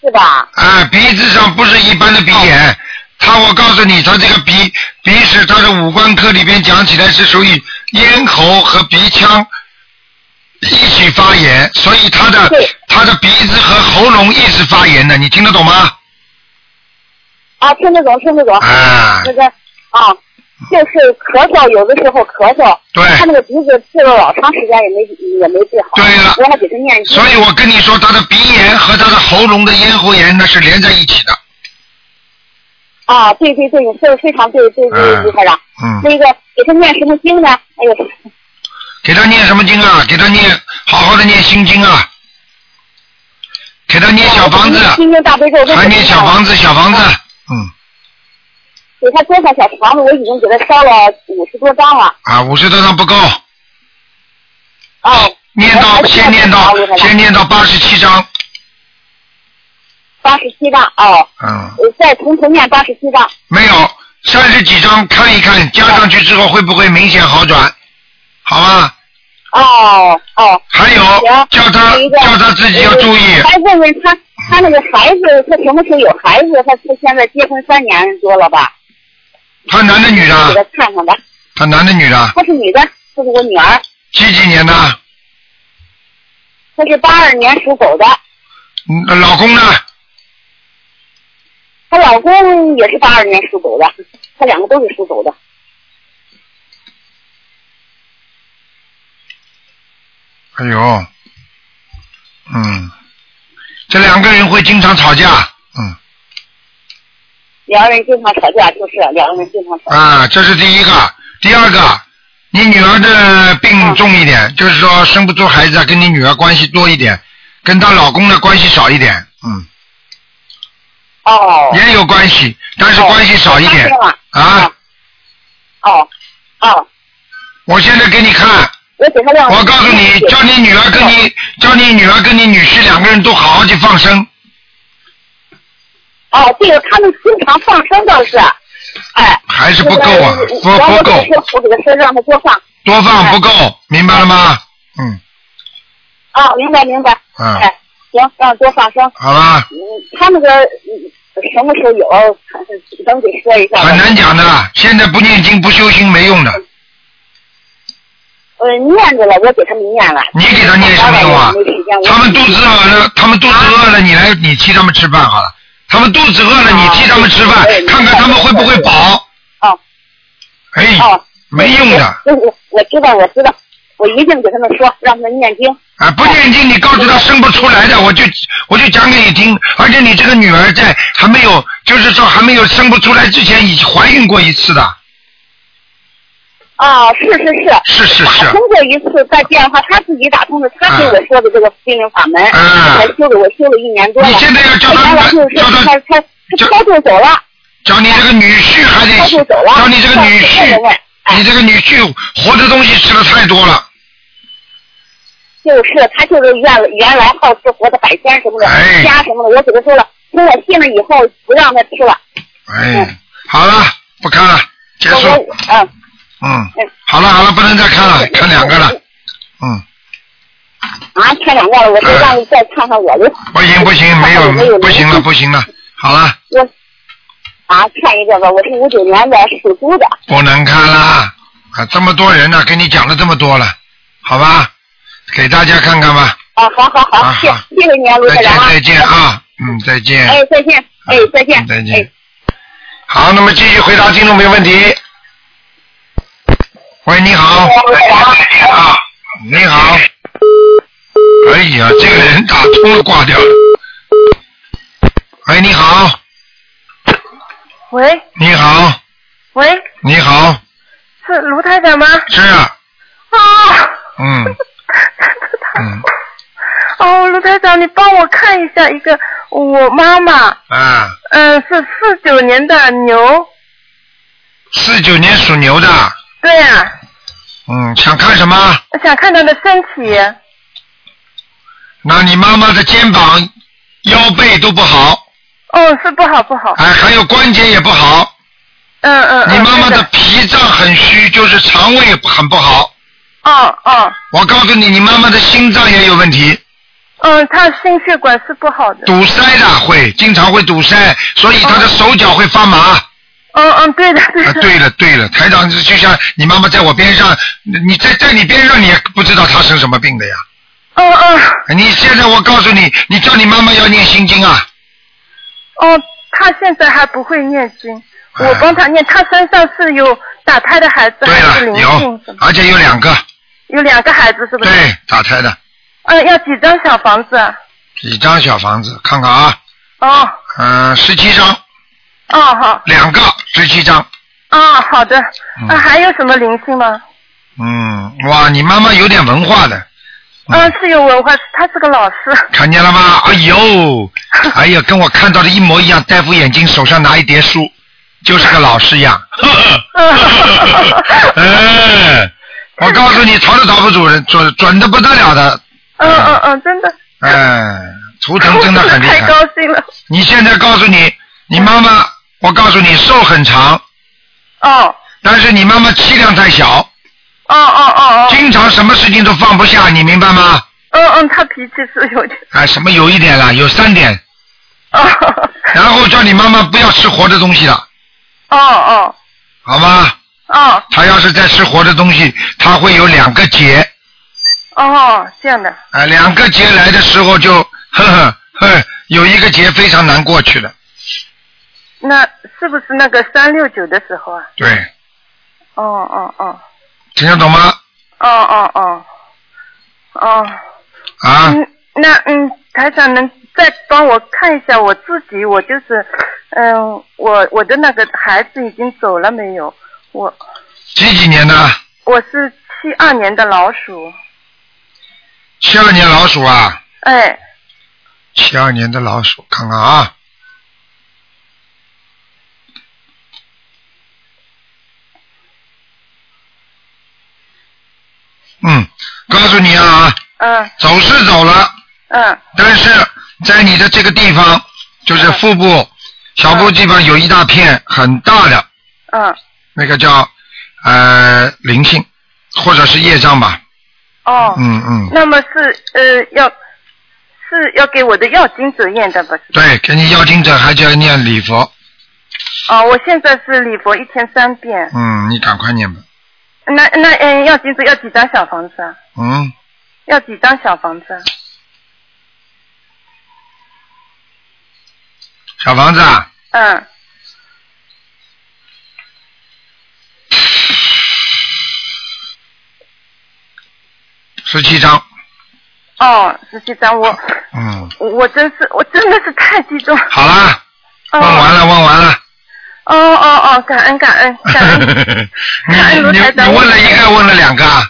是吧？啊，鼻子上不是一般的鼻炎，他我告诉你，他这个鼻鼻屎，他的五官科里边讲起来是属于咽喉和鼻腔一起发炎，所以他的对他的鼻子和喉咙一直发炎的，你听得懂吗？啊，听得懂听得懂，啊那，个啊，就是咳嗽，有的时候咳嗽，对，她那个鼻子治了老长时间也没也没治好，对了我还给她念经所，以我跟你说，他的鼻炎和他的喉咙的咽喉炎那是连在一起的，啊，对对对，你说的非常对对对，嗯李台长，嗯。那个给她念什么经呢？哎呦。给他念什么经啊？给他念，好好的念心经啊。给他念小房子，心经大悲咒，还念小房子。子，小房子，嗯，给他多少小房子？我已经给他烧了五十多张了。啊，五十多张不够，哦，念到先念到先念到八十七张，八十七张哦，嗯，呃再从头念八十七张。没有三十几张，看一看，加上去之后会不会明显好转？好吧，哦哦，还有行叫他有一个叫他自己要注意，还问问他，他那个孩子，他什么时候有孩子？他他现在结婚三年多了吧？他男的女给他的？看看吧。他男的女的？她是女的，这是我女儿，几几年的？啊她是八二年属狗的。嗯老公呢？她老公也是八二年属狗的，她两个都是属狗的。哎呦，嗯，这两个人会经常吵架，嗯两个人经常吵架，就是两个人经常吵架。啊，这是第一个，第二个，你女儿的病重一啊点，就是说生不出孩子，跟你女儿关系多一点，跟她老公的关系少一点，嗯，啊哦。也有关系，但是关系少一点哦我发现了啊。哦，哦，我现在给你看，我给他两个。我告诉你，叫你女儿跟你，叫你女儿跟你女婿两个人都好好去放生，哦，这个他们经常放生倒是，哎。还是不够啊那不不个，够，然后我给哎他说，我给他说让他多放。多放不够，明白了吗？嗯啊，明白明白。嗯。哎，行，让他多放生。好吧，嗯，他那个嗯什么时候有，等得啊说一下吧。很难讲的啦。现在不念经不修心没用的，呃念着了，我给他们念了。你给他念什么用啊我没给念？他们肚子饿了，他们肚子饿了，你来你替他们吃饭好了。他们肚子饿了，啊你替他们吃饭，看看他们会不会饱。哦。哎，哦，没用的。我我我知道我知道，我一定给他们说，让他们念经。啊，不念经，你告诉他生不出啊来的，我就我就讲给你听。而且你这个女儿在还没有，就是说还没有生不出来之前，已经怀孕过一次的。啊，是是是，是是是打，通过一次在电话，他自己打通的，他给我说的这个心灵法门，啊才修了我修了一年多了。你现在要叫他后来我就是叫他他他叫他超度走了，叫你这个女婿还得超度走了。哎叫你这个女上次问婿问，你这个女婿活的东西吃的太多了，就是他就是原原来好吃活的海鲜什么的哎，虾什么的，我给他说了，说我信了以后不让他吃了。哎，好了，不看了，结我束，我嗯。嗯，好了好了，不能再看了，看两个了，嗯，啊，看两个了，我就让你再看看我的。不行不行，没有不行了不行了，好了，我啊，看一个吧，我是五九年的，属猪的。不能看啦，啊，这么多人呢、跟你讲了这么多了，好吧，给大家看看吧，啊，好好啊好，谢好谢谢你啊，卢再台见再见长啊。啊，嗯，再见，哎，再见，哎，再见，嗯再哎见。好，那么继续回答听众朋友问题。喂，你好。啊，你好。哎呀，这个人打通了挂掉了。喂，你好，喂你好，喂，你好，是卢台长吗？是啊，啊，嗯嗯 [LAUGHS] 哦，卢台长，你帮我看一下一个我妈妈，啊，嗯、是四九年的牛，四九年属牛的，对啊，嗯，想看什么？想看她的身体，那你妈妈的肩膀、腰背都不好，哦，是不好不好，哎，还有关节也不好，嗯嗯嗯，你妈妈是的脾脏很虚，就是肠胃很不好。哦哦，我告诉你，你妈妈的心脏也有问题，嗯，她心血管是不好的，堵塞的会经常会堵塞，所以她的手脚会发麻。嗯嗯，对的对啊，的，对了对了，台长就像你妈妈在我边上，你你在在你边上，你也不知道她生什么病的呀。哦哦你现在我告诉你，你叫你妈妈要念心经啊。哦，她现在还不会念经，哎我帮她念，她身上是有打胎的孩子对还是了，灵有性什，么？而且有两个，有两个孩子是不是？对，打胎的，嗯，要几张小房子？啊？几张小房子，看看啊，哦，嗯、十七张，哦好，两个，十七张。哦好的。嗯啊，还有什么灵性吗？嗯，哇，你妈妈有点文化的，嗯嗯，是有文化，他是个老师。看见了吗？哎 [LAUGHS] 呦，哎呀，跟我看到的一模一样，戴副眼镜，手上拿一叠书，就是个老师 [LAUGHS] 样。嗯，我告诉你，逃都逃不住人，准准的不得了的。嗯嗯嗯，真的。嗯，图腾真的很厉 [LAUGHS] 太害高。兴了。你现在告诉你，你妈妈，我告诉你，寿很长，哦但是你妈妈气量太小，哦哦哦哦。经常什么事情都放不下，你明白吗？嗯嗯，他脾气是有点。啊，什么有一点啦，有三点，哦然后叫你妈妈不要吃活的东西了，哦哦好吗？哦她要是再吃活的东西，她会有两个结，哦，这样的。啊、两个结来的时候就，呵呵呵，有一个结非常难过去了。那是不是那个三六九的时候啊？对，哦哦哦听得懂吗？哦哦哦哦。啊，嗯，那嗯，台长能再帮我看一下我自己？我就是，嗯，我我的那个孩子已经走了没有？我几几年的？我是七二年的老鼠，七二年老鼠啊，哎，七二年的老鼠，看看啊。嗯，告诉你啊，嗯走是走了，嗯但是在你的这个地方，就是腹部、小腹地方有一大片很大的嗯，那个叫呃灵性，或者是业障吧。哦，嗯嗯，那么是呃要是要给我的药精者验的吧？对，给你要经者还叫念礼佛。哦，我现在是礼佛一天三遍，嗯，你赶快念吧。那那嗯，要金子要几张小房子啊？嗯，要几张小房子啊？小房子啊，嗯，十七张，哦，十七张，我嗯，我真是我真的是太激动。好啦，问问完了，问完 [LAUGHS] 了。哦哦哦，感恩感 [LAUGHS] 恩感恩，你卢你台长你问了一个，问了两个啊，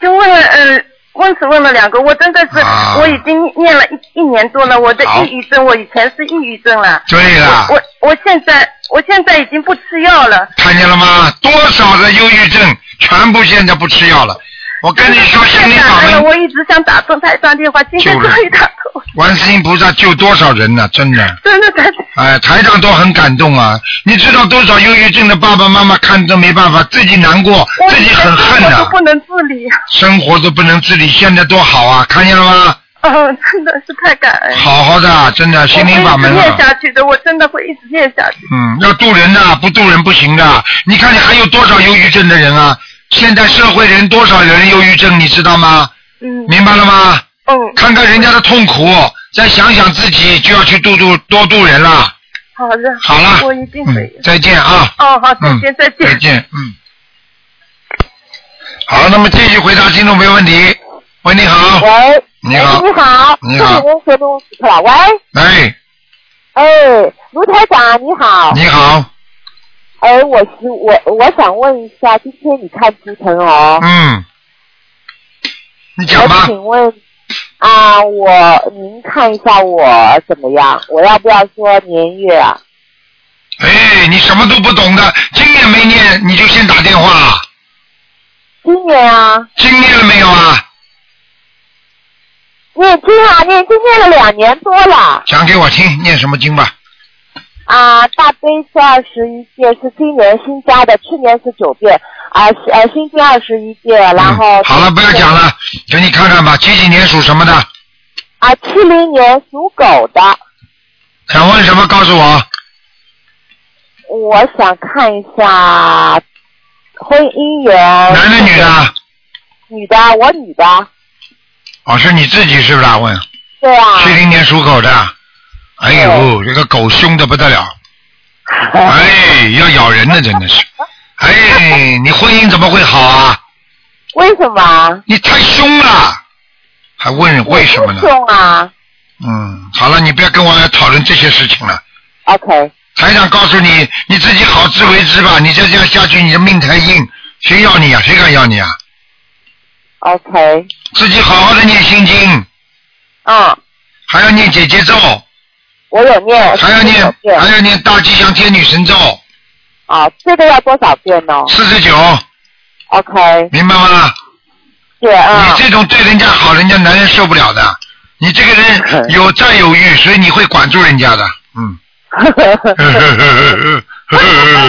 就问了呃，问只问了两个，我真的是、啊我已经念了一一年多了，我的好啊抑郁症，我以前是抑郁症了。对了我我我现在我现在已经不吃药了。看见了吗？多少的忧郁症全部现在不吃药了。我跟你说，心太理感法恩了，门，哎我一直想打通台长电话，今天救人终于打通，观世音菩萨救多少人呢、真的。真的台哎，台长都很感动啊！你知道多少忧郁症的爸爸妈妈看都没办法，自己难过，我自己很恨啊我的、都不能自理，生活都不能自理，现在多好啊！看见了吗？嗯、真的是太感恩。好好的啊，真的心灵法门哎我会一直啊念。下去的，我真的会一直念下去。嗯，要渡人的，不渡人不行的。你看你还有多少忧郁症的人啊？现在社会人多少人忧郁症，你知道吗？嗯，明白了吗？嗯，看看人家的痛苦，再想想自己，就要去度度多度人了。好的，好了我一定嗯会。，再见啊。哦，好，再嗯见，再见。再见，嗯。好，那么继续回答听众朋友问题。喂，你好，喂，你好哎你好，你好这里是卢了。喂，哎，哎，卢台长你好，你好，哎，我是我我想问一下，今天你看图腾哦，嗯，你讲我吧，请问啊，我您看一下我怎么样？我要不要说年月啊？哎，你什么都不懂的，经年没念，你就先打电话，今年啊，经念了没有啊？念经啊，念经念了两年多了讲给我听，念什么经吧？啊，大悲是二十一遍，是今年新加的，去年是九遍啊，是呃新经二十一遍，然后、嗯、好了，不要讲了，给你看看吧，几几年属什么的？啊，七零年属狗的，想问什么告诉我？我想看一下婚姻缘。男的女的？啊？女的，我女的。哦，是你自己是不是啊？问。对啊。七零年属狗的，哎呦，这个狗凶的不得了， [LAUGHS] 哎，要咬人的真的是，哎，你婚姻怎么会好啊？为什么？啊你太凶了，还问为什么呢不？凶啊嗯，好了，你不要跟我讨论这些事情了。 ？OK，台长告诉你，你自己好自为之吧。你再这样下去，你的命太硬，谁要你啊？谁敢要你啊？ OK，自己好好的念心经，嗯，还要念姐姐咒，我有念。还要49念遍还要念大吉祥天女神咒啊，这个要多少遍呢四十九，啊？OK，明白吗？对啊你，这种对人家好，人家男人受不了的。你这个 [LAUGHS] 人有占有欲，所以你会管住人家的。嗯。谢谢。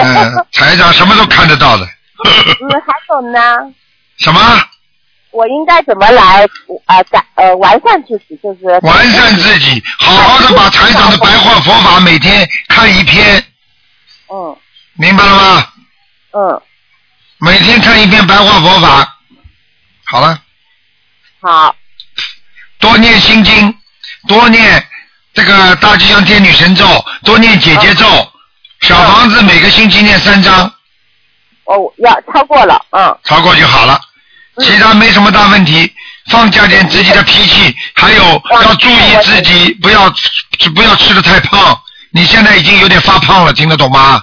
嗯，台长什么都看得到的。嗯，还有呢，什么？ [LAUGHS] 我应该怎么来呃改呃完善自己？就是完善自己，好好的把台长的白话佛法每天看一篇，嗯明白了吗？嗯，每天看一篇白话佛法。好了，好，多念心经，多念这个大吉祥天女神咒，多念姐姐咒。小房子每个星期念三章，我要超过了，嗯，超过就好了，其他没什么大问题。放下点自己的脾气，还有要注意自己，不要吃不要吃的太胖。你现在已经有点发胖了，听得懂吗？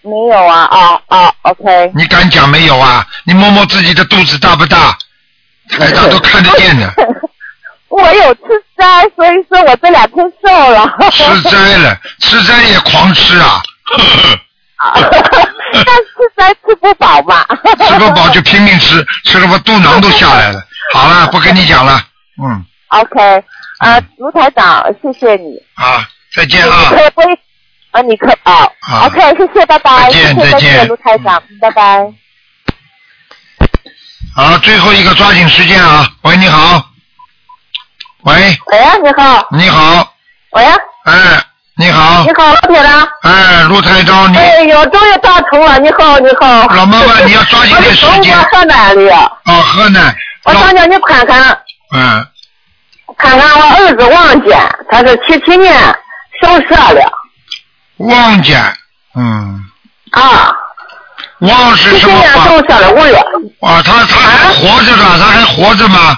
没有啊啊啊，OK，你敢讲没有啊？你摸摸自己的肚子大不大？台长都看得见的，我有吃斋，所以说我这两天瘦了。 [LAUGHS] 吃斋了，吃斋也狂吃啊， [LAUGHS] 呵呵但吃斋吃不饱嘛。吃不饱就拼命吃，吃了我肚囊都下来了。好了，不跟你讲了，嗯， OK，啊，卢台长，谢谢你。好，再见你啊，可不可以？啊，你可啊啊，OK，谢谢，拜再拜，见谢谢，再见再见，卢台长，拜拜。好，最后一个抓紧时间啊。喂，你好，喂，哎喂，你好，你好，喂，哎，你好你，好，老铁长。哎，陆台长，你哎呦，终于打通了！你好，啊你好。老妈妈你要抓紧点时间我是从河南的，哦，河南，我想叫你看看嗯，看看我儿子王建，他是七七年属蛇的望见，嗯，啊，望七是七什么年话？属蛇的五月。啊，他他还活着呢，他还活着吗？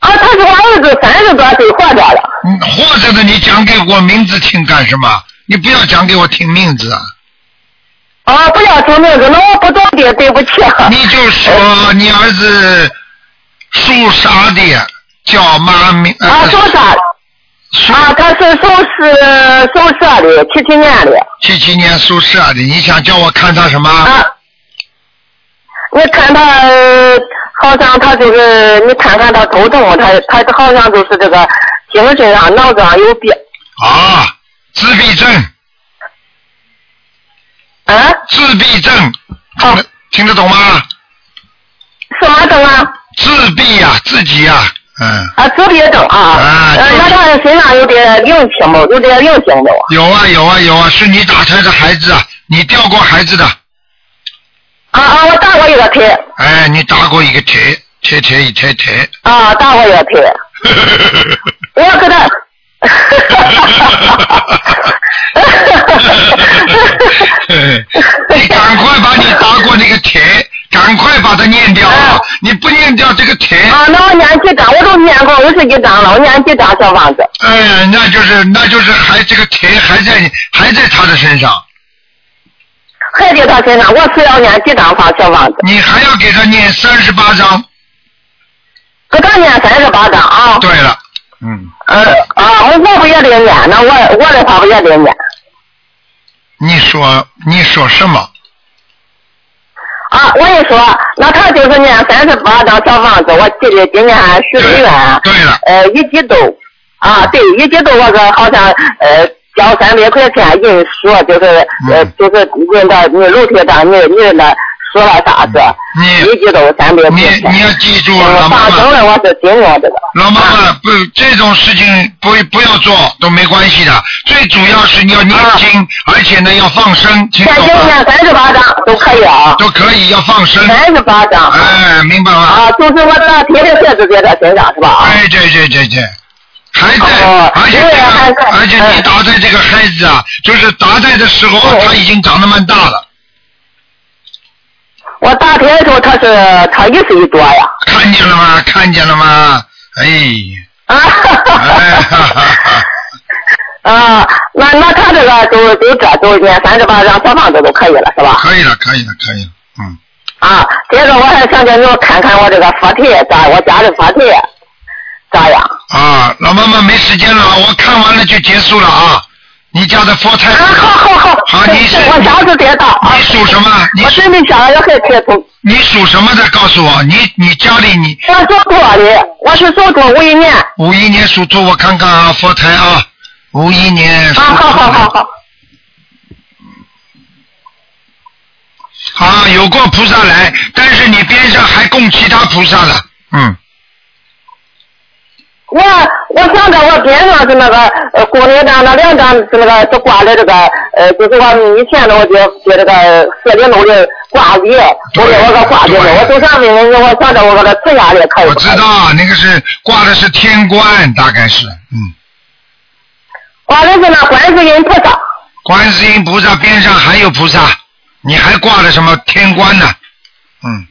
啊，他是我儿子三十多岁活着的。嗯活着的你讲给我名字听干什么？你不要讲给我听名字啊！啊，不要说名字，那我不懂的，对不起。啊你就说你儿子属啥的，叫妈名呃啊，属啥？啊，他是属是属蛇的，七七年的。七七年属蛇的，你想叫我看他什么？啊，你看他，呃好像他这个，你看看他头痛，他他好像就是这个精神上、脑子上有病。啊，自闭症。啊？自闭症，哦听得听得懂吗？什么症啊？自闭呀、自己呀、嗯，啊，自闭症啊。啊呃，那他身上有点灵性没？有点灵性没？有啊有啊有啊，是你打胎的孩子啊，你掉过孩子的，啊啊，我打过一个胎，哎，你打过一个铁铁铁一铁 [LAUGHS] 铁，啊，打过一个胎。我给他。 [LAUGHS] 你赶快把你打过那个铁，赶快把它念掉啊！你不念掉这个铁，啊，那我念几张？我都念过五十几张了，我念几张小房子？哎呀，那就是那就是还这个铁还在你还在他的身上，还在他身上，我是要念几张房小房子？你还要给他念三十八章。给他念三十八张啊。对了，嗯呃啊，我我不也得念，那我我的话不也得念。你说你说什么？啊，我一说，那他就是念三十八张小房子，我记得今年许的愿，对了，呃，一激动，啊，对，一激动，我说好像呃交三百块钱，人说就是呃嗯就是人的你楼梯上你你那说了啥子？你一激动三百块你钱。你要记住，我老妈放妈生，了，我是今年这个。老妈妈不这种事情不不要做都没关系的，最主要是你要念啊经，而且呢要放生，听现懂今吗？念三十八张都可以啊，都可以要放生，三十八张哎，明白吗？啊，就是我打别的鞋子在他身上是吧？啊哎，对对对对。还在哦，而且对这还在哎个，而且你打胎这个孩子啊，就是打胎的时候啊，他已经长得蛮大了，我打胎的时候他是他一岁多呀。看见了吗？看见了吗？哎，啊哎，哈哈哈。 [LAUGHS] 啊，那那他这个就就这就念三十八张小房子都可以了，是吧？可以了，可以了，可以了，嗯，啊，接着我还想叫你们看看我这个佛台咋，我家的佛台咋样？啊，老妈妈没时间了，我看完了就结束了啊。你家的佛太啊，好好好，好对你是对 [LAUGHS] 我下次再到啊你。属什么？你我属准备想要还开通，你属什么的？告诉我，你你家里你我属兔的，我是属兔五 [LAUGHS] 一年。五一年属兔，我看看啊，佛台啊，五一年属啊，好好好兔好。啊，有过菩萨来，但是你边上还供其他菩萨了，嗯，我我想着我边上是那个呃供那张那两张是那个是挂的这个呃就是我以前的我就就这个四里路的挂历，我给我个挂历，我手上面我想着我给它取下来可以我不知可以？道那个是挂的是天官，大概是，嗯，挂的是那观世音菩萨观世音菩萨边上还有菩萨，你还挂了什么天官呢？嗯。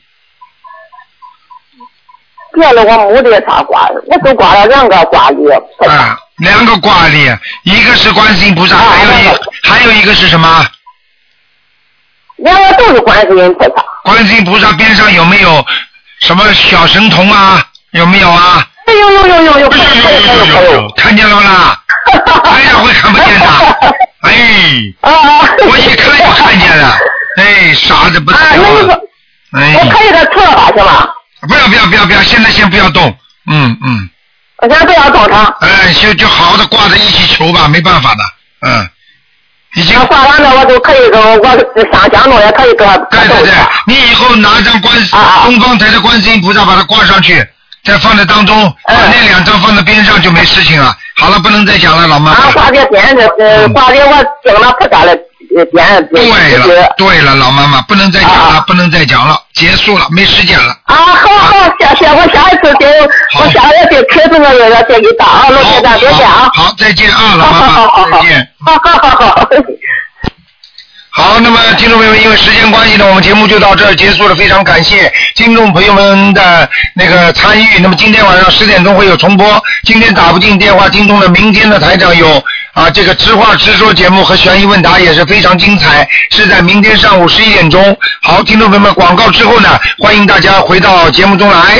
别的我没得啥挂，我就挂了两个挂历。啊，两个挂历，一个是观世音菩萨，啊还有一两个还有一个是什么？两个都是观世音菩萨，观世音菩萨边上有没有什么小神童啊？有没有啊？哎呦呦呦呦呦，可以可以可以可以，看见了 [LAUGHS] 啦！哎呀，会看不见的。哎，啊啊！我一看就看见了。哎，傻的不得啊，那你了说。我哎，可以给它撤了吧，行吧？不要不要不要不要，现在先不要动。嗯嗯，我现在不要动它。哎，就就好好的挂着一起求吧，没办法的。嗯，已经那挂完了，我就可以跟我上香弄也可以跟对对对，你以后拿张观世啊啊东方台的观世音菩萨把它挂上去，再放在当中，把嗯那两张放在边上就没事情了。好了，不能再讲了，老妈妈。啊，挂在别人的，呃，挂在我整了不咋了，呃，别人别对了，对了，老妈妈，不能再讲了，不能再讲了，结束了，没时间了。啊，好好，谢谢，我下一次给我下一次开这个要再给打啊，罗先生，再见啊。好，再见啊，老妈妈，再见。好好好好。好，那么听众朋友们，因为时间关系呢，我们节目就到这儿结束了。非常感谢听众朋友们的那个参与。那么今天晚上十点钟会有重播。今天打不进电话听众的，明天的台长有啊这个直话直说节目和悬疑问答也是非常精彩，是在明天上午十一点钟。好，听众朋友们，广告之后呢，欢迎大家回到节目中来。